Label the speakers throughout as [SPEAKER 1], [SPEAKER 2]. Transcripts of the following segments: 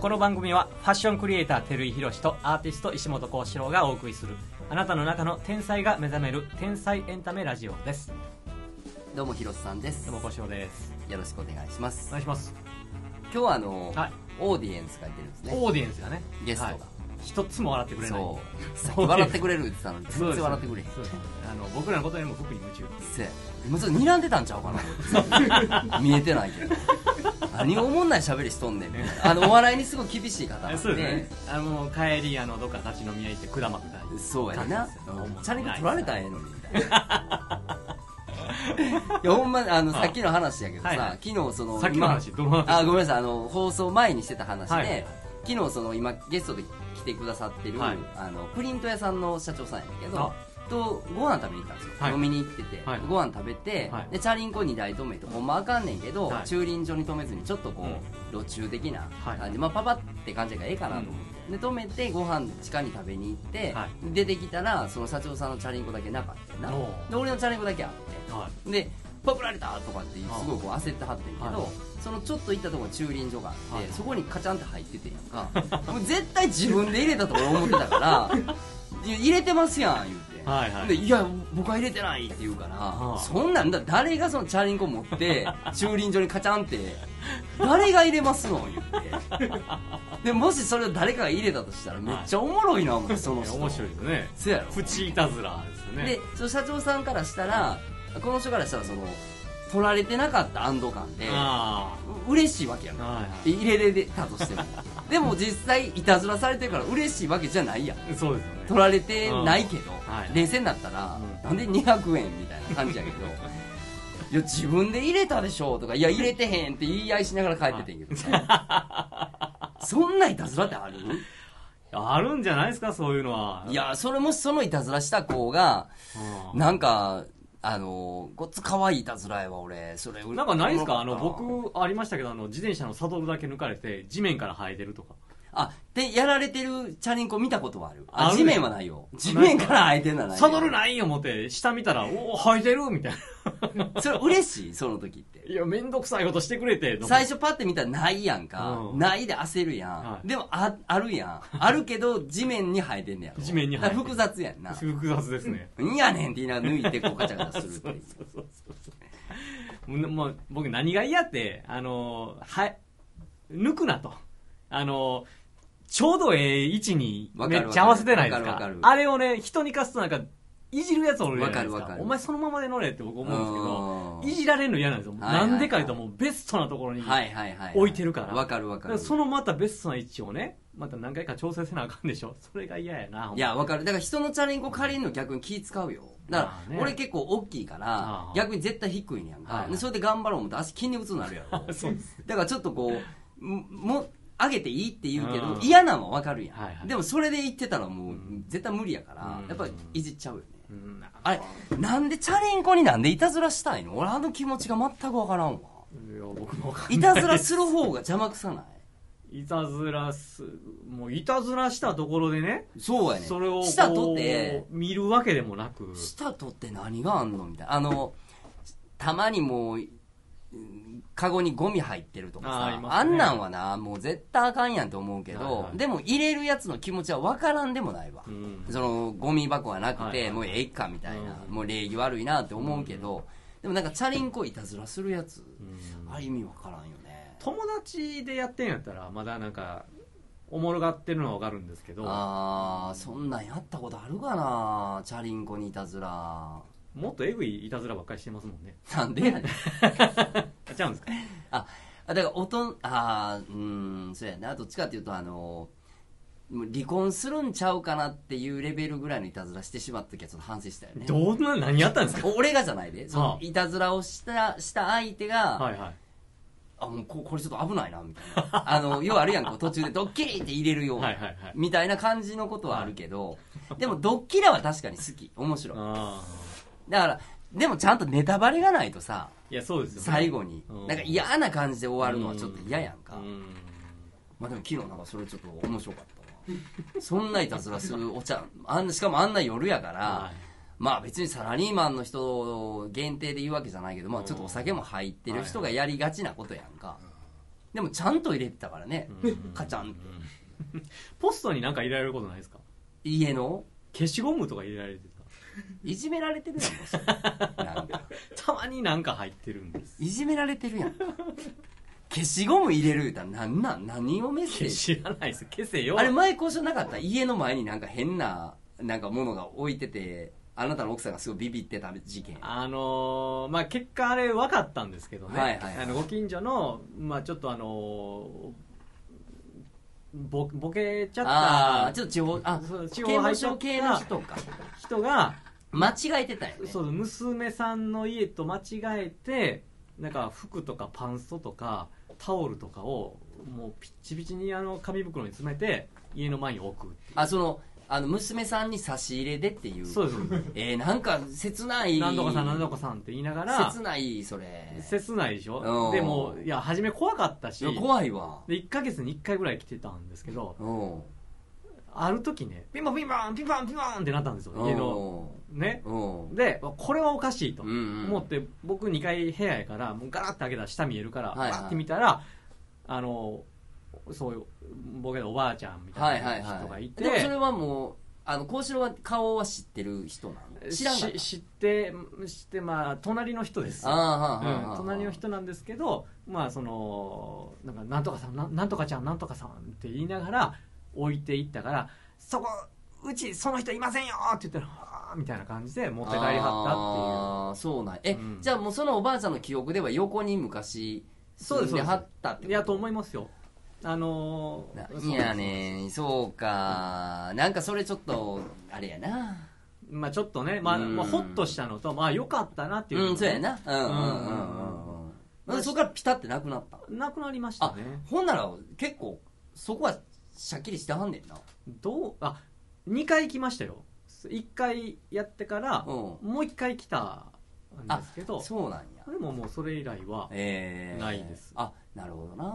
[SPEAKER 1] この番組はファッションクリエイター照井宏とアーティスト石本幸四郎がお送りするあなたの中の天才が目覚める天才エンタメラジオです
[SPEAKER 2] どうも広瀬さんです
[SPEAKER 1] どうも幸四郎です
[SPEAKER 2] よろしくお願いしま
[SPEAKER 1] お
[SPEAKER 2] す
[SPEAKER 1] 願いします
[SPEAKER 2] 今日はあの、
[SPEAKER 1] はい
[SPEAKER 2] オーディエンスがいてるんですね
[SPEAKER 1] オーディエンスがね
[SPEAKER 2] ゲストが
[SPEAKER 1] はい一つも笑ってくれない
[SPEAKER 2] そうさっき笑ってくれるって言ってたのに
[SPEAKER 1] そう
[SPEAKER 2] 全
[SPEAKER 1] です
[SPEAKER 2] 然笑ってくれへん
[SPEAKER 1] そうですあの僕らのことにも服に夢中
[SPEAKER 2] せや今ちょっと睨んでたんちゃうかな 見えてないけど何おもんない喋りしとんねんみたいなあのお笑いにすごい厳しい方なんで
[SPEAKER 1] そうですねあの帰りあのどっか立ち飲み屋行って果物が
[SPEAKER 2] そうやな
[SPEAKER 1] うん
[SPEAKER 2] チャリンコ取られたらええのにみたいないやほんまあの
[SPEAKER 1] あ
[SPEAKER 2] さっきの話やけどさ、
[SPEAKER 1] はいはい
[SPEAKER 2] 昨日その
[SPEAKER 1] さっきの話
[SPEAKER 2] 今
[SPEAKER 1] どの 話
[SPEAKER 2] あごめんなさいあの放送前にしてた話で、
[SPEAKER 1] はいはい
[SPEAKER 2] 昨日その今ゲストで来てくださってる、
[SPEAKER 1] はい
[SPEAKER 2] あのプリント屋さんの社長さんやねんけ
[SPEAKER 1] あ
[SPEAKER 2] どとご飯食べに行ったんですよ、
[SPEAKER 1] はい
[SPEAKER 2] 飲みに行ってて、
[SPEAKER 1] はい
[SPEAKER 2] ご飯食べて、
[SPEAKER 1] はい
[SPEAKER 2] でチャリンコ2台止めてほんまあかんねんけど、
[SPEAKER 1] はい
[SPEAKER 2] 駐輪場に止めずにちょっとこう、路中的な感じ、まあ、パパって感じやからええかなと思って、で止めてご飯地下に食べに行って、
[SPEAKER 1] は
[SPEAKER 2] 出てきたらその社長さんのチャリンコだけなかったよな
[SPEAKER 1] おう
[SPEAKER 2] で俺のチャリンコだけあって
[SPEAKER 1] はい
[SPEAKER 2] でパクられたとかってす
[SPEAKER 1] ああ
[SPEAKER 2] ごいこう焦ってはってんけど、
[SPEAKER 1] はい
[SPEAKER 2] そのちょっと行ったところに駐輪場があっ
[SPEAKER 1] は
[SPEAKER 2] て、
[SPEAKER 1] い
[SPEAKER 2] そこにカチャンって入っててやん かもう絶対自分で入れたと俺思ってたからいや入れてますやん言うて、
[SPEAKER 1] はいはい
[SPEAKER 2] でいや僕は入れてないって言うから、
[SPEAKER 1] あ
[SPEAKER 2] そんなんだ誰がそのチャリンコ持って駐輪場にカチャンって誰が入れますの言う てでもしそれを誰かが入れたとしたらめっちゃおもろいな思ってその人
[SPEAKER 1] 面白いですね
[SPEAKER 2] そうやろ
[SPEAKER 1] プチいたずらですね
[SPEAKER 2] でその社長さんからしたらこの人からしたらその取られてなかった安堵感で
[SPEAKER 1] あ
[SPEAKER 2] う嬉しいわけや
[SPEAKER 1] あ
[SPEAKER 2] な
[SPEAKER 1] はいはい
[SPEAKER 2] 入れれたとして もでも実際いたずらされてるから嬉しいわけじゃないやん
[SPEAKER 1] そうですよね
[SPEAKER 2] 取られてないけど、
[SPEAKER 1] んはい
[SPEAKER 2] 冷静になったら、
[SPEAKER 1] う
[SPEAKER 2] なんで200円みたいな感じやけど いや自分で入れたでしょとかいや入れてへんって言い合いしながら帰って てんけどさそんないたずらってある
[SPEAKER 1] あるんじゃないですかそういうのはい
[SPEAKER 2] やそれもしそのいたずらした子が
[SPEAKER 1] うん
[SPEAKER 2] なんか、あのー、ごっつ可愛いいたずらやわ、俺。それ、
[SPEAKER 1] なんかないですかあの
[SPEAKER 2] な。
[SPEAKER 1] 僕ありましたけどあの自転車のサドルだけ抜かれて地面から生えてるとか
[SPEAKER 2] あ、で、やられてるチャリンコ見たことはある。
[SPEAKER 1] あ
[SPEAKER 2] あ、
[SPEAKER 1] る
[SPEAKER 2] 地面はないよ。地面から空いてんならない。
[SPEAKER 1] サドルないよ思って下見たらおお生えてるみたいな
[SPEAKER 2] それ嬉しいその時って。
[SPEAKER 1] いやめんどくさいことしてくれて
[SPEAKER 2] 最初パッて見たらないやんか。
[SPEAKER 1] うん
[SPEAKER 2] ないで焦るやん。
[SPEAKER 1] はいで
[SPEAKER 2] でも、あ、あるやん。あるけど、地面に生えてんねやろ。
[SPEAKER 1] 地面に生えてる
[SPEAKER 2] だから複雑やんな。
[SPEAKER 1] 複雑ですね
[SPEAKER 2] んやねんって言いながら抜いて、こうガチャガチャするって いう。
[SPEAKER 1] もうもう僕何が嫌ってあのはい抜くなとあのちょうどええ位置に
[SPEAKER 2] わか
[SPEAKER 1] め
[SPEAKER 2] る
[SPEAKER 1] っちゃ合わせてないですか
[SPEAKER 2] わかるわかる
[SPEAKER 1] あれをね人に貸すとなんかいじるやつおるじゃないです
[SPEAKER 2] わ
[SPEAKER 1] か
[SPEAKER 2] かるわかる
[SPEAKER 1] お前そのままで乗れって僕思うんですけど
[SPEAKER 2] うん
[SPEAKER 1] いじられるの嫌なんですよ、
[SPEAKER 2] はいはいはい
[SPEAKER 1] なんでかいうともうベストなところに、
[SPEAKER 2] はいはいはい。
[SPEAKER 1] 置いてるから
[SPEAKER 2] わかるわ
[SPEAKER 1] だ
[SPEAKER 2] か
[SPEAKER 1] から
[SPEAKER 2] る。
[SPEAKER 1] そのまたベストな位置をねまた何回か調整せなあかんでしょそれが嫌やない
[SPEAKER 2] や、わかる。だから人のチャリンコ借りるの逆に気使うよ。だか
[SPEAKER 1] まあね
[SPEAKER 2] ら、俺結構大きいか
[SPEAKER 1] あ
[SPEAKER 2] ら
[SPEAKER 1] あ、
[SPEAKER 2] 逆に絶対低いねやん
[SPEAKER 1] はい
[SPEAKER 2] か
[SPEAKER 1] は。い
[SPEAKER 2] でそれで頑張ろう思って足筋肉痛になるや ろ。
[SPEAKER 1] そうです
[SPEAKER 2] だからちょっとこう、んもう、上げていいって言うけ
[SPEAKER 1] う
[SPEAKER 2] ど
[SPEAKER 1] ん、
[SPEAKER 2] 嫌なんはわかるや
[SPEAKER 1] はいはい
[SPEAKER 2] ん。でもそれで言ってたら
[SPEAKER 1] う
[SPEAKER 2] もう
[SPEAKER 1] ん、
[SPEAKER 2] 絶対無理やから
[SPEAKER 1] う、ん
[SPEAKER 2] やっぱいじっちゃうよね。
[SPEAKER 1] うん
[SPEAKER 2] あれ、なんでチャリンコになんでいたずらしたいの俺あの気持ちが全くわからんわ。
[SPEAKER 1] いや僕もわかんない
[SPEAKER 2] いたずらする方が邪魔くさない
[SPEAKER 1] いたずらすもういたずらしたところでね
[SPEAKER 2] そうやねん。
[SPEAKER 1] それを
[SPEAKER 2] 舌
[SPEAKER 1] こ
[SPEAKER 2] 取
[SPEAKER 1] う
[SPEAKER 2] って、
[SPEAKER 1] 見るわけでもなく
[SPEAKER 2] 舌取って何があんのみたいなあのたまにもううんカゴにゴミ入ってるとかさ
[SPEAKER 1] あーあ
[SPEAKER 2] あ,、
[SPEAKER 1] りますね
[SPEAKER 2] んなんはなもう絶対あかんやんと思うけど、
[SPEAKER 1] はいはい
[SPEAKER 2] でも入れるやつの気持ちは分からんでもないわ、
[SPEAKER 1] うん
[SPEAKER 2] そのゴミ箱はなくて、
[SPEAKER 1] はいはい
[SPEAKER 2] もうええかみたいな、
[SPEAKER 1] うん
[SPEAKER 2] もう礼儀悪いなって思うけど、でもなんかチャリンコいたずらするやつ、
[SPEAKER 1] うん
[SPEAKER 2] ある意味分からんよね
[SPEAKER 1] 友達でやってんやったらまだなんかおもろがってるのはわかるんですけど
[SPEAKER 2] ああそんなんやったことあるかなチャリンコにいたずら
[SPEAKER 1] もっとえぐいいたずらばっかりしてますもんね
[SPEAKER 2] なんでやねん
[SPEAKER 1] あちゃうんですか
[SPEAKER 2] あ、あだから、おとん、あーうーん、そうやな。どっちかっていうと、あの、もう離婚するんちゃうかなっていうレベルぐらいのいたずらしてしまった時はちょっと反省したよね。
[SPEAKER 1] どんな何やったんですか
[SPEAKER 2] お俺がじゃないで。そ
[SPEAKER 1] ああ
[SPEAKER 2] のいたずらをした、した相手が、
[SPEAKER 1] はいはい
[SPEAKER 2] あ、もうここれちょっと危ないな、みたいな。あの、要はあるやんか、途中でドッキリって入れるような、
[SPEAKER 1] はいはいはい
[SPEAKER 2] みたいな感じのことはあるけど、でもドッキリは確かに好き。面白い。
[SPEAKER 1] あ
[SPEAKER 2] だから、でもちゃんとネタバレがないとさ、
[SPEAKER 1] ーいやそうですよね
[SPEAKER 2] 最後に
[SPEAKER 1] うん、
[SPEAKER 2] なんか嫌な感じで終わるのはちょっと嫌やんか。
[SPEAKER 1] うん
[SPEAKER 2] まあでも昨日なんかそれちょっと面白かったわそんないたずらするお茶あんしかもあんな夜やから、
[SPEAKER 1] は
[SPEAKER 2] まあ別にサラリーマンの人限定で言うわけじゃないけどまあちょっとお酒も入ってる人がやりがちなことやんか、でもちゃんと入れてたからね、
[SPEAKER 1] うん
[SPEAKER 2] カチャンって
[SPEAKER 1] ポストになんか入れられることないですか
[SPEAKER 2] 家の
[SPEAKER 1] 消しゴムとか入れられて
[SPEAKER 2] いじめられてるやんもうそれなんか
[SPEAKER 1] たたまになんか入ってるんです
[SPEAKER 2] いじめられてるやん消しゴム入れる言うたらなんなん何をメッセー
[SPEAKER 1] 消
[SPEAKER 2] ジ
[SPEAKER 1] 知らないです消せよ
[SPEAKER 2] あれ前交渉なかった家の前になんか変ななんかものが置いててあなたの奥さんがすごいビビってた事件
[SPEAKER 1] あのーまあ結果あれ分かったんですけどね、
[SPEAKER 2] はいはいはい
[SPEAKER 1] あのご近所の、まあ、ちょっとあのーぼボケちゃった
[SPEAKER 2] ああーちょっと地方あ
[SPEAKER 1] そう地
[SPEAKER 2] 刑
[SPEAKER 1] 方
[SPEAKER 2] 務
[SPEAKER 1] 入っちゃ
[SPEAKER 2] 所
[SPEAKER 1] った
[SPEAKER 2] 系の人か
[SPEAKER 1] 人が
[SPEAKER 2] 間違えてたよね
[SPEAKER 1] そう娘さんの家と間違えてなんか服とかパンストとかタオルとかをもうピッチピチにあの紙袋に詰めて家の前に置く
[SPEAKER 2] あそのあの娘さんに差し入れでっていう
[SPEAKER 1] そうですそうです
[SPEAKER 2] えー、なんか切な い
[SPEAKER 1] 何とかさん何とかさんって言いながら
[SPEAKER 2] 切ないそれ
[SPEAKER 1] 切ないでし
[SPEAKER 2] う
[SPEAKER 1] ょ
[SPEAKER 2] ん
[SPEAKER 1] でもいや初め怖かったし
[SPEAKER 2] いや怖いわ
[SPEAKER 1] で1ヶ月に1回ぐらい来てたんですけど
[SPEAKER 2] うん
[SPEAKER 1] ある時ねピンポンピンポンピンポンピンポンってなったんですよ家のね
[SPEAKER 2] うん
[SPEAKER 1] でこれはおかしいと
[SPEAKER 2] うん
[SPEAKER 1] 思って僕2階部屋やからもうガラッて開けたら下見えるから
[SPEAKER 2] はいはい
[SPEAKER 1] バーって見たらあのそういうボケのおばあちゃんみた
[SPEAKER 2] はい
[SPEAKER 1] い
[SPEAKER 2] はい
[SPEAKER 1] な人
[SPEAKER 2] は
[SPEAKER 1] がい
[SPEAKER 2] い
[SPEAKER 1] て、
[SPEAKER 2] でもそれはもうあの幸四郎は顔は知ってる人なの知らんかった
[SPEAKER 1] し知って知ってまあ隣の人です
[SPEAKER 2] ああはあは
[SPEAKER 1] う
[SPEAKER 2] あ
[SPEAKER 1] ん、隣の人なんですけどまあそのなんかなんとかさんなんなんとかちゃんなんとかさんって言いながら置いていったから「そこうちその人いませんよ!」って言ったら「あーみたいな感じで持って帰りはっ
[SPEAKER 2] ああそうなんえ、
[SPEAKER 1] うん
[SPEAKER 2] じゃあもうそのおばあちゃんの記憶では横に昔
[SPEAKER 1] そう
[SPEAKER 2] 住
[SPEAKER 1] です
[SPEAKER 2] んではった
[SPEAKER 1] た
[SPEAKER 2] って
[SPEAKER 1] っ
[SPEAKER 2] こ
[SPEAKER 1] て
[SPEAKER 2] と
[SPEAKER 1] いういやと思いますよあのーそう
[SPEAKER 2] いやねんそうかなんかそれちょっとあれやな
[SPEAKER 1] まあちょっとね、まあ、
[SPEAKER 2] うん
[SPEAKER 1] まあホッとしたのとまあよかったなっていうの
[SPEAKER 2] う
[SPEAKER 1] と
[SPEAKER 2] んそうやなうんうんうんうんうんなんかそこからピタってなくなった
[SPEAKER 1] なくなりました
[SPEAKER 2] あ
[SPEAKER 1] ね
[SPEAKER 2] ほんなら結構そこはシャッキリしてはんねんな
[SPEAKER 1] どうあ2回来ましたよ1回やってから
[SPEAKER 2] うん
[SPEAKER 1] もう1回来たんですけど
[SPEAKER 2] そうなんや
[SPEAKER 1] でももうそれ以来は、
[SPEAKER 2] ええ
[SPEAKER 1] ないです
[SPEAKER 2] あなるほど
[SPEAKER 1] う
[SPEAKER 2] な、
[SPEAKER 1] んな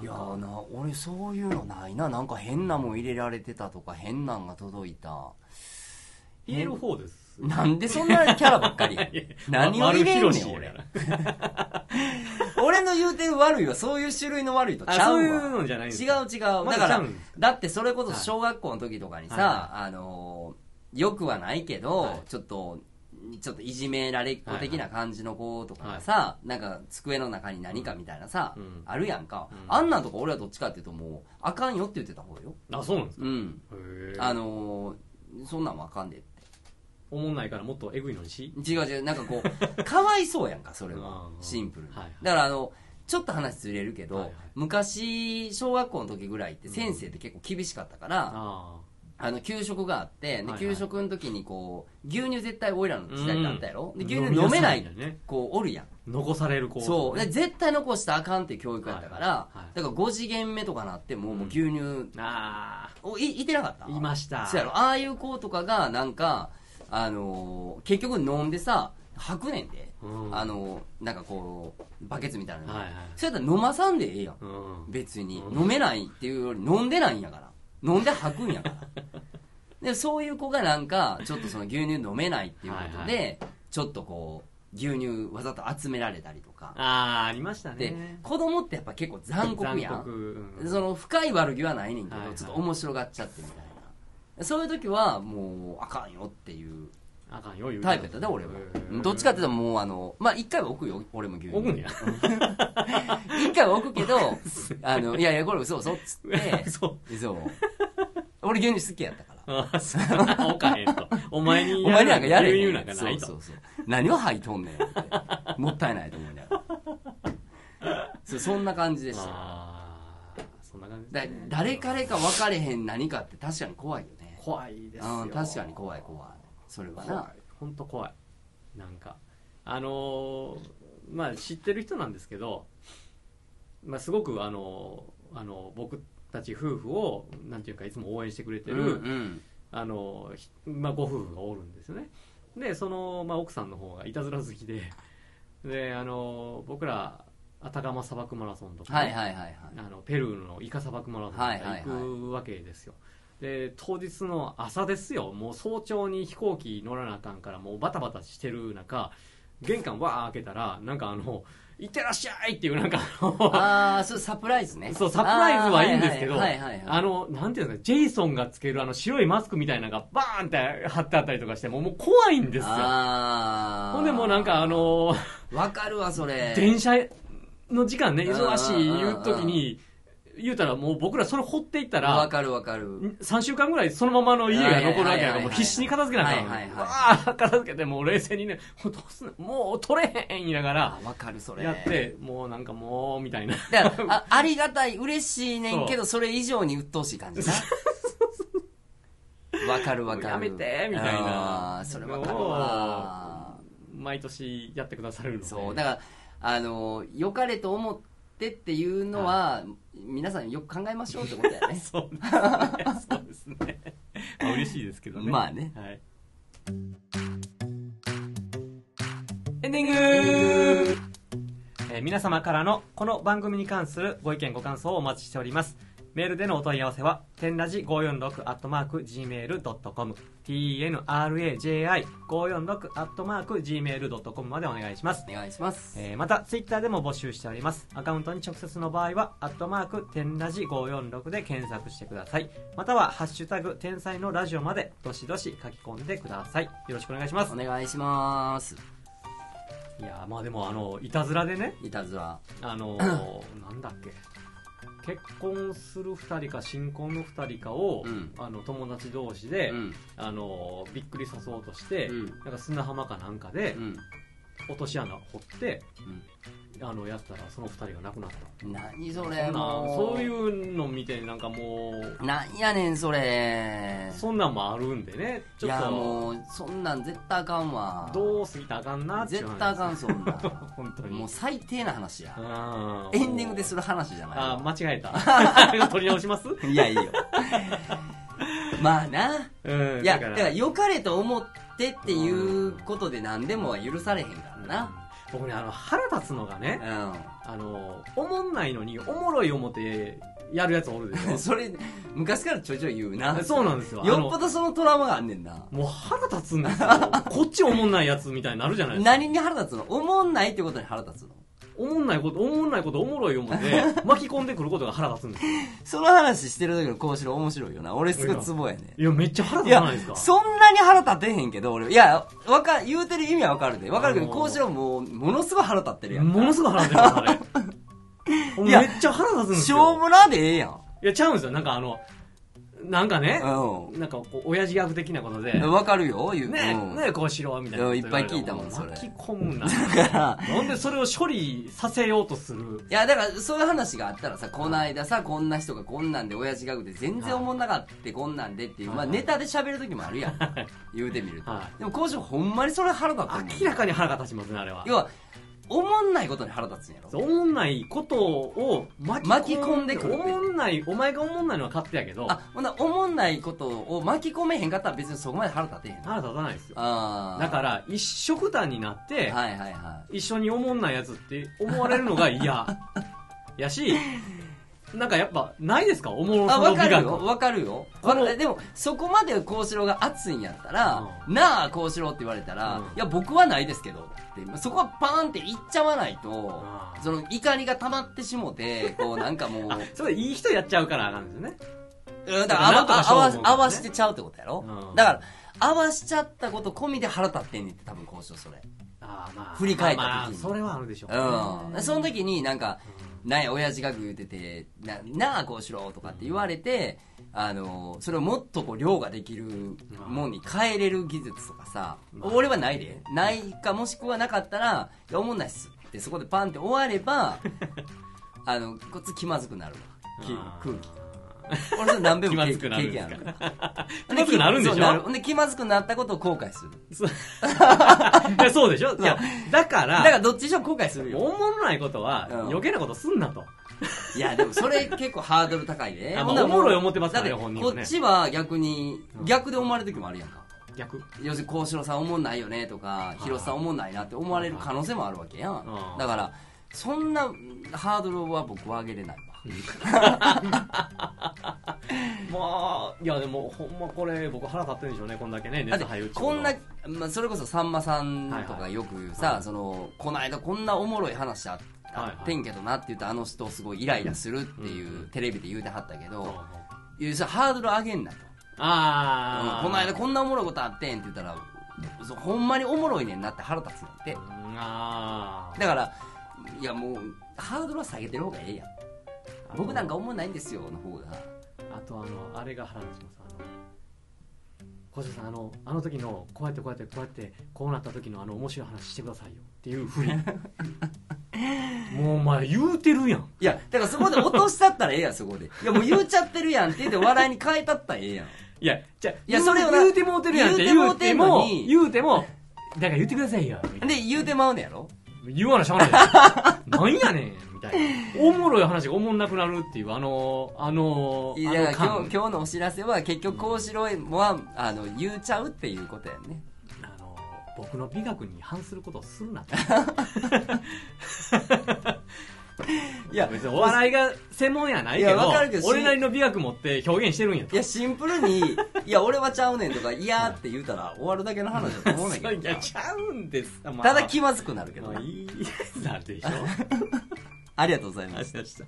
[SPEAKER 1] ん
[SPEAKER 2] いやー
[SPEAKER 1] か
[SPEAKER 2] な俺そういうのないななんか変なもん入れられてたとか変なんが届いた
[SPEAKER 1] 言える方です
[SPEAKER 2] なんでそんなキャラばっ かりや
[SPEAKER 1] いやいや
[SPEAKER 2] 何を入れん
[SPEAKER 1] 丸
[SPEAKER 2] ね
[SPEAKER 1] 広
[SPEAKER 2] ん
[SPEAKER 1] しや
[SPEAKER 2] 俺
[SPEAKER 1] な
[SPEAKER 2] 俺の言うてる悪いはそういう種類の悪いとち
[SPEAKER 1] あ
[SPEAKER 2] ゃう
[SPEAKER 1] そう
[SPEAKER 2] わ
[SPEAKER 1] いうのじゃないんです
[SPEAKER 2] 違
[SPEAKER 1] か
[SPEAKER 2] う違う
[SPEAKER 1] まだ
[SPEAKER 2] だか
[SPEAKER 1] ちゃ
[SPEAKER 2] ら
[SPEAKER 1] うんです
[SPEAKER 2] だってそれこそ小学校の時とかにさ、
[SPEAKER 1] は
[SPEAKER 2] あのーよくはないけど、
[SPEAKER 1] はい
[SPEAKER 2] ちょっとちょっといじめられっ子的な感じの子とかがさ、なんか机の中に何かみたいなさ、
[SPEAKER 1] うん
[SPEAKER 2] あるやんか、
[SPEAKER 1] うん
[SPEAKER 2] あんなんとか俺はどっちかっていうともうあかんよって言ってた方よ
[SPEAKER 1] あそうなんですか
[SPEAKER 2] うん
[SPEAKER 1] へえ
[SPEAKER 2] あのーそんなんわかんでって
[SPEAKER 1] おもんないからもっとえぐいのにし
[SPEAKER 2] 違う違うなんか こうかわいそうやんかそれは
[SPEAKER 1] うん
[SPEAKER 2] シンプルに、
[SPEAKER 1] はいはい
[SPEAKER 2] だからあのちょっと話ずれるけど、
[SPEAKER 1] はいはい
[SPEAKER 2] 昔小学校の時ぐらいって先生って結構厳しかったから、
[SPEAKER 1] あ
[SPEAKER 2] あの給食があって、
[SPEAKER 1] は
[SPEAKER 2] で
[SPEAKER 1] いはい
[SPEAKER 2] 給食の時にこう牛乳絶対オイラの時代だったやろ、
[SPEAKER 1] うん
[SPEAKER 2] で牛乳飲めない
[SPEAKER 1] 飲みなさいんだよね
[SPEAKER 2] こうおるやん
[SPEAKER 1] あ残される子
[SPEAKER 2] そうで絶対残したらあかんっていう教育やったから、
[SPEAKER 1] はいはい
[SPEAKER 2] だから5次元目とかなっても,、
[SPEAKER 1] うん
[SPEAKER 2] もう牛乳
[SPEAKER 1] あ
[SPEAKER 2] おいいてなかった
[SPEAKER 1] あいました
[SPEAKER 2] そうやろああいう子とかがなんか、あのー結局飲んでさ吐くねんで、
[SPEAKER 1] うん
[SPEAKER 2] あのーなんかこうバケツみたいなのに、
[SPEAKER 1] はいはい
[SPEAKER 2] そうやったら飲まさんでええやん
[SPEAKER 1] うん
[SPEAKER 2] 別に
[SPEAKER 1] うん
[SPEAKER 2] 飲めないっていうより飲んでないんやから飲んで吐くんやから でそういう子がなんかちょっとその牛乳飲めないっていうことで
[SPEAKER 1] は
[SPEAKER 2] ちょっとこう牛乳わざと集められたりとか
[SPEAKER 1] ああありました
[SPEAKER 2] で
[SPEAKER 1] ね
[SPEAKER 2] 子供ってやっぱ結構残酷や
[SPEAKER 1] 残
[SPEAKER 2] ん
[SPEAKER 1] 酷うん
[SPEAKER 2] その深い悪気はないねんけど、
[SPEAKER 1] はいはい
[SPEAKER 2] ちょっと面白がっちゃってみたいなそういう時はもうあかんよっていう
[SPEAKER 1] あかんよ言うて
[SPEAKER 2] タイプやったで俺はどっちかっていうともうあのまあ一回は置くよ俺も牛乳
[SPEAKER 1] 置くんや
[SPEAKER 2] 一回は置くけ どあのいやいやこれ嘘嘘っつって
[SPEAKER 1] そう
[SPEAKER 2] そう。俺牛乳好きやったから。
[SPEAKER 1] ああそう置かへんとお前に
[SPEAKER 2] お前なんかやれへん
[SPEAKER 1] 牛乳なんかない
[SPEAKER 2] そ
[SPEAKER 1] と
[SPEAKER 2] うそうそう。何を吐いとんねんって。 もったいないと思うねそうそんな感じでしたよ。
[SPEAKER 1] ああそんな感じで
[SPEAKER 2] だ
[SPEAKER 1] すね
[SPEAKER 2] 誰彼か分かれへん何かって確かに怖いよね。
[SPEAKER 1] 怖いです
[SPEAKER 2] う
[SPEAKER 1] よ
[SPEAKER 2] ん、確かに怖い怖い。それはな。
[SPEAKER 1] 本当怖いなんかあのーまあ知ってる人なんですけど、まあ、すごくあのーあのー僕たち夫婦をなんていうかいつも応援してくれてる、
[SPEAKER 2] うん
[SPEAKER 1] あのーひまあ、ご夫婦がおるんですよねでその、まあ、奥さんの方がいたずら好きでであのー僕らアタカマ砂漠マラソンと
[SPEAKER 2] う
[SPEAKER 1] か
[SPEAKER 2] ん。
[SPEAKER 1] ね、
[SPEAKER 2] はいはいはいはい。
[SPEAKER 1] あのペルーのイカ砂漠マラソン
[SPEAKER 2] はいはいはい
[SPEAKER 1] に行くわけですよ、で当日の朝ですよもう早朝に飛行機乗らなあかんからもうバタバタしてる中玄関わー開けたらなんかあの「いってらっしゃい」っていうなんかあの
[SPEAKER 2] ああそうサプライズね
[SPEAKER 1] そうサプライズはいいんですけど
[SPEAKER 2] あーはいはいはいはい
[SPEAKER 1] あのなんていうんですかジェイソンがつけるあの白いマスクみたいなのがバーンって貼ってあったりとかしてもうもう怖いんですよ
[SPEAKER 2] あー
[SPEAKER 1] ほんでもうなんかあの
[SPEAKER 2] わかるわそれ
[SPEAKER 1] 電車の時間ね忙しい
[SPEAKER 2] うんうんうん
[SPEAKER 1] 言う時に言うたらもう僕らそれ掘っていったら
[SPEAKER 2] わかるわかる
[SPEAKER 1] 3週間ぐらいそのままの家が残るわけや
[SPEAKER 2] はいはいはい
[SPEAKER 1] か
[SPEAKER 2] は
[SPEAKER 1] ら
[SPEAKER 2] い
[SPEAKER 1] もう必死に片付けなあかんわ
[SPEAKER 2] はいはいはい
[SPEAKER 1] あ片付けてもう冷静にねもうどうすんのもう取れへん言いながら
[SPEAKER 2] あわかるそれ
[SPEAKER 1] やってもうなんかもうみたいな
[SPEAKER 2] だからあありがたい嬉しいねんけどそれ以上に鬱陶しい感 じなわかるわかる
[SPEAKER 1] やめてみたいな
[SPEAKER 2] あーそれわかるわ
[SPEAKER 1] 毎年やってくださるので
[SPEAKER 2] そうだからあの良かれと思ってっていうのは、皆さんよく考えましょうってことだ よね
[SPEAKER 1] そうですねそうですねまあ嬉しいですけどね
[SPEAKER 2] まあね
[SPEAKER 1] はいエンディングえー皆様からのこの番組に関するご意見ご感想をお待ちしておりますメールでのお問い合わせは「天ラジ546」「gmail.com」「tnraji546」「gmail.com」までお願いします
[SPEAKER 2] お願いします、
[SPEAKER 1] えーまたツイッターでも募集しておりますアカウントに直接の場合は「アットマーク天ラジ546」で検索してくださいまたは「ハッシュタグ天才のラジオ」までどしどし書き込んでくださいよろしくお願いします
[SPEAKER 2] お願いします
[SPEAKER 1] いやーまあでもあのいたずらでね
[SPEAKER 2] いたずら
[SPEAKER 1] あ のーなんだっけ結婚する2人か新婚の2人かを、
[SPEAKER 2] うん
[SPEAKER 1] あの友達同士で、
[SPEAKER 2] うん
[SPEAKER 1] あのーびっくりさそうとして、
[SPEAKER 2] うん
[SPEAKER 1] なんか砂浜かなんかで、
[SPEAKER 2] うん
[SPEAKER 1] 落とし穴掘ってあのやったらその2人が亡くなった
[SPEAKER 2] うん何そ
[SPEAKER 1] そ
[SPEAKER 2] れ
[SPEAKER 1] んな
[SPEAKER 2] も
[SPEAKER 1] そういうの見てなんかもう
[SPEAKER 2] なんやねんそれ
[SPEAKER 1] そんなんもあるんでねち
[SPEAKER 2] い
[SPEAKER 1] ょっ
[SPEAKER 2] や
[SPEAKER 1] と
[SPEAKER 2] もうそんなん絶対あかんわ
[SPEAKER 1] どう過ぎたらあかんなってい
[SPEAKER 2] 絶
[SPEAKER 1] う話
[SPEAKER 2] 対あかんそんなん
[SPEAKER 1] 本当に
[SPEAKER 2] もう最低な話や
[SPEAKER 1] あ
[SPEAKER 2] エンディングです
[SPEAKER 1] る
[SPEAKER 2] る話じゃない
[SPEAKER 1] あー間違え た取り直します、
[SPEAKER 2] いやい いよまあな
[SPEAKER 1] うん、
[SPEAKER 2] いや
[SPEAKER 1] だから
[SPEAKER 2] だから良かれと思ってっていうことで何でもは許されへんから
[SPEAKER 1] うん僕ねあの腹立つのがね
[SPEAKER 2] な
[SPEAKER 1] あのおもんないのにおもろい思ってやるやつおるでし
[SPEAKER 2] うん それ昔からちょいちょい言うな
[SPEAKER 1] ょそうなんですよあ
[SPEAKER 2] よっぽ
[SPEAKER 1] の
[SPEAKER 2] どそのトラウマがあんねんな
[SPEAKER 1] もう腹立つん ですよこっちおもんないやつみたいになるじゃないですか
[SPEAKER 2] 何に腹立つの思んないってことに腹立つの
[SPEAKER 1] おもんないことおもんないことおもろい思 って巻き込んでくることが腹立つんですよ
[SPEAKER 2] その話してる時のこうしろ面白いよな俺すごいツボやね
[SPEAKER 1] いやめっちゃ腹
[SPEAKER 2] い
[SPEAKER 1] 立た
[SPEAKER 2] や
[SPEAKER 1] ないですか
[SPEAKER 2] そんなに腹立てへんけど俺いやわか言うてる意味はわかるでわかるけど
[SPEAKER 1] あー
[SPEAKER 2] こうしろもうものすごい腹立ってるやん
[SPEAKER 1] ものすごい腹立ってます、あれ。ほんま
[SPEAKER 2] いや
[SPEAKER 1] めっちゃ腹立つんです
[SPEAKER 2] し
[SPEAKER 1] よ。
[SPEAKER 2] ょうもなでええやん
[SPEAKER 1] いや、ちゃうんですよ。なんかあの、なんかね、
[SPEAKER 2] う
[SPEAKER 1] なんかこう、親父役的なことで、
[SPEAKER 2] ん
[SPEAKER 1] ね
[SPEAKER 2] わかるよ言う
[SPEAKER 1] え、
[SPEAKER 2] うん
[SPEAKER 1] ねえ、こうしろ、みたいなこと言われて。
[SPEAKER 2] うんいっぱい聞いたもんそれ
[SPEAKER 1] 巻き込むな。
[SPEAKER 2] だ から
[SPEAKER 1] なんでそれを処理させようとする。
[SPEAKER 2] いや、だから、そういう話があったらさ、この間さ、こんな人がこんなんで、親父がグで全然おもんなかって、こんなんでっていう、ま
[SPEAKER 1] は
[SPEAKER 2] あ、
[SPEAKER 1] い
[SPEAKER 2] ネタで喋る時もあるやん。言うてみると
[SPEAKER 1] は。
[SPEAKER 2] でも、こうしようほんまにそれ腹立つ
[SPEAKER 1] 明らかに腹が立ちますね、あれは。
[SPEAKER 2] 要は、おもんないことに腹立つんやろ。
[SPEAKER 1] おもんないことを巻
[SPEAKER 2] 巻き込んでくる
[SPEAKER 1] おもんない、お前がおもんないのは勝手やけど、
[SPEAKER 2] あ、ほんならおもんないことを巻き込めへんかったら別にそこまで腹立てへん。
[SPEAKER 1] 腹立たないですよ。
[SPEAKER 2] あー
[SPEAKER 1] だから、一色単になって、
[SPEAKER 2] はいはいはい。
[SPEAKER 1] 一緒に思んないやつって思われるのが 嫌やしなんかやっぱないですかおもろ
[SPEAKER 2] あ、
[SPEAKER 1] さ
[SPEAKER 2] わ
[SPEAKER 1] の
[SPEAKER 2] か
[SPEAKER 1] 美
[SPEAKER 2] る
[SPEAKER 1] 学
[SPEAKER 2] よ。わかるよ。
[SPEAKER 1] この
[SPEAKER 2] わかでも、そこまで幸四郎が熱いんやったら、なあ、幸四郎って言われたら、
[SPEAKER 1] うん
[SPEAKER 2] いや、僕はないですけど、って、そこはパーンって言っちゃわないと、
[SPEAKER 1] うん
[SPEAKER 2] その怒りが溜まってしもて、こうなんかもう、
[SPEAKER 1] あそれいい人やっちゃうからあかんですよね
[SPEAKER 2] うんだか
[SPEAKER 1] な
[SPEAKER 2] ら
[SPEAKER 1] んとかし
[SPEAKER 2] 合
[SPEAKER 1] よう
[SPEAKER 2] わ
[SPEAKER 1] 思うからね
[SPEAKER 2] 合わしてちゃうってことやろ、
[SPEAKER 1] うん
[SPEAKER 2] だから、合わしちゃったこと込みで腹立ってんねんって多分幸四郎それ。
[SPEAKER 1] あーまあ
[SPEAKER 2] 振り返った時に
[SPEAKER 1] まあまあそれはあるでしょうね、
[SPEAKER 2] うん。その時になんか、なんや、親父がグー言うてて、な、なあ、こうしろとかって言われて、あの、それをもっとこう、量ができるもんに変えれる技術とかさ、
[SPEAKER 1] まあ
[SPEAKER 2] 俺はないで。ないか、もしくはなかったら、いや、おもんないっすって、そこでパンって終われ ば、あの、こっち気まずくなるわ。き
[SPEAKER 1] あ
[SPEAKER 2] 空
[SPEAKER 1] ー
[SPEAKER 2] 気。俺それ何べも
[SPEAKER 1] 気ま
[SPEAKER 2] 経
[SPEAKER 1] ずくなる
[SPEAKER 2] 経
[SPEAKER 1] んで
[SPEAKER 2] 験
[SPEAKER 1] す
[SPEAKER 2] あ
[SPEAKER 1] か
[SPEAKER 2] るから。
[SPEAKER 1] 気まずくなるんでしょ
[SPEAKER 2] そ うるほんで、気まずくなったことを後悔する。
[SPEAKER 1] いやそうでしょいやだか
[SPEAKER 2] だ
[SPEAKER 1] ら
[SPEAKER 2] から、どっちにしろ後悔するよ。
[SPEAKER 1] おもろないことは
[SPEAKER 2] うん
[SPEAKER 1] 余計なことすんなと、
[SPEAKER 2] いや、でもそれ結構ハードル高いで。
[SPEAKER 1] あまあ
[SPEAKER 2] ほんなら
[SPEAKER 1] おもろい思ってますからね
[SPEAKER 2] だって
[SPEAKER 1] 本人はね
[SPEAKER 2] こっちは逆に、逆で思われる時もあるやんか。
[SPEAKER 1] 逆
[SPEAKER 2] 要するに、幸四郎さんおもんないよねとか、広瀬さんおもんないなって思われる可能性もあるわけやん
[SPEAKER 1] うん。
[SPEAKER 2] だから、そんなハードルは僕は上げれないわ。
[SPEAKER 1] まあいやでもほんまこれ僕腹立ってるんでしょうねこんだけね
[SPEAKER 2] だっ
[SPEAKER 1] 熱入
[SPEAKER 2] て
[SPEAKER 1] る
[SPEAKER 2] こんな
[SPEAKER 1] ち、
[SPEAKER 2] まあ、それこそさんまさんと
[SPEAKER 1] はいは
[SPEAKER 2] か
[SPEAKER 1] い
[SPEAKER 2] よくさ、そのこの間こんなおもろい話あった、
[SPEAKER 1] はいはい
[SPEAKER 2] ってんけどなって言ってあの人すごいイライラするっていう、
[SPEAKER 1] うんうん
[SPEAKER 2] テレビで言うてはったけ
[SPEAKER 1] ょっと
[SPEAKER 2] ど、いやそれハードル上げんなと、
[SPEAKER 1] ああ
[SPEAKER 2] うんこの間こんなおもろいことあってんって言ったらそうほんまにおもろいねんなって腹立つねんって
[SPEAKER 1] あ
[SPEAKER 2] だからいやもうハードルは下げてる方がええやん
[SPEAKER 1] あ
[SPEAKER 2] 僕なんか思わないんですよの方が
[SPEAKER 1] あとあのあれが腹立ちますあの小島さんあのあの時のこうやってこうやってこうやってこうなった時のあの面白い話してくださいよっていうふりもうお前言うてるやん
[SPEAKER 2] いやだからそこで落としたったらええやんそこでいやもう言うちゃってるやんって言って笑いに変えたったらええやん
[SPEAKER 1] いやじゃい
[SPEAKER 2] いやそれをな
[SPEAKER 1] 言うてもうてるやんって
[SPEAKER 2] 言
[SPEAKER 1] 言
[SPEAKER 2] う
[SPEAKER 1] う
[SPEAKER 2] て
[SPEAKER 1] て
[SPEAKER 2] もう
[SPEAKER 1] も
[SPEAKER 2] てんのに
[SPEAKER 1] 言うてもだから言ってくださいよみたいな
[SPEAKER 2] で言うてまうねやろ
[SPEAKER 1] 言わなしゃあない やんなんやねんみたいなおもろい話がおもんなくなるっていうあのあの
[SPEAKER 2] いや
[SPEAKER 1] あの
[SPEAKER 2] だから今
[SPEAKER 1] 感
[SPEAKER 2] 日今日のお知らせは結局幸四郎はあの言うちゃうっていうことやね
[SPEAKER 1] あの僕の美学に違反することをするなって
[SPEAKER 2] いや
[SPEAKER 1] 別にお笑いが専門やないけど
[SPEAKER 2] いやわかるけど
[SPEAKER 1] 俺なりの美学持って表現してるんや
[SPEAKER 2] いやシンプルに「いや俺はちゃうねん」とか「いや」って言うたら終わるだけの話だと思 うねんだけ
[SPEAKER 1] い
[SPEAKER 2] ど
[SPEAKER 1] やちゃうんです、まあ
[SPEAKER 2] ただ気まずくなるけど
[SPEAKER 1] まあ
[SPEAKER 2] ない
[SPEAKER 1] いやつだでしょ
[SPEAKER 2] ありがとうございま
[SPEAKER 1] あ
[SPEAKER 2] す
[SPEAKER 1] したした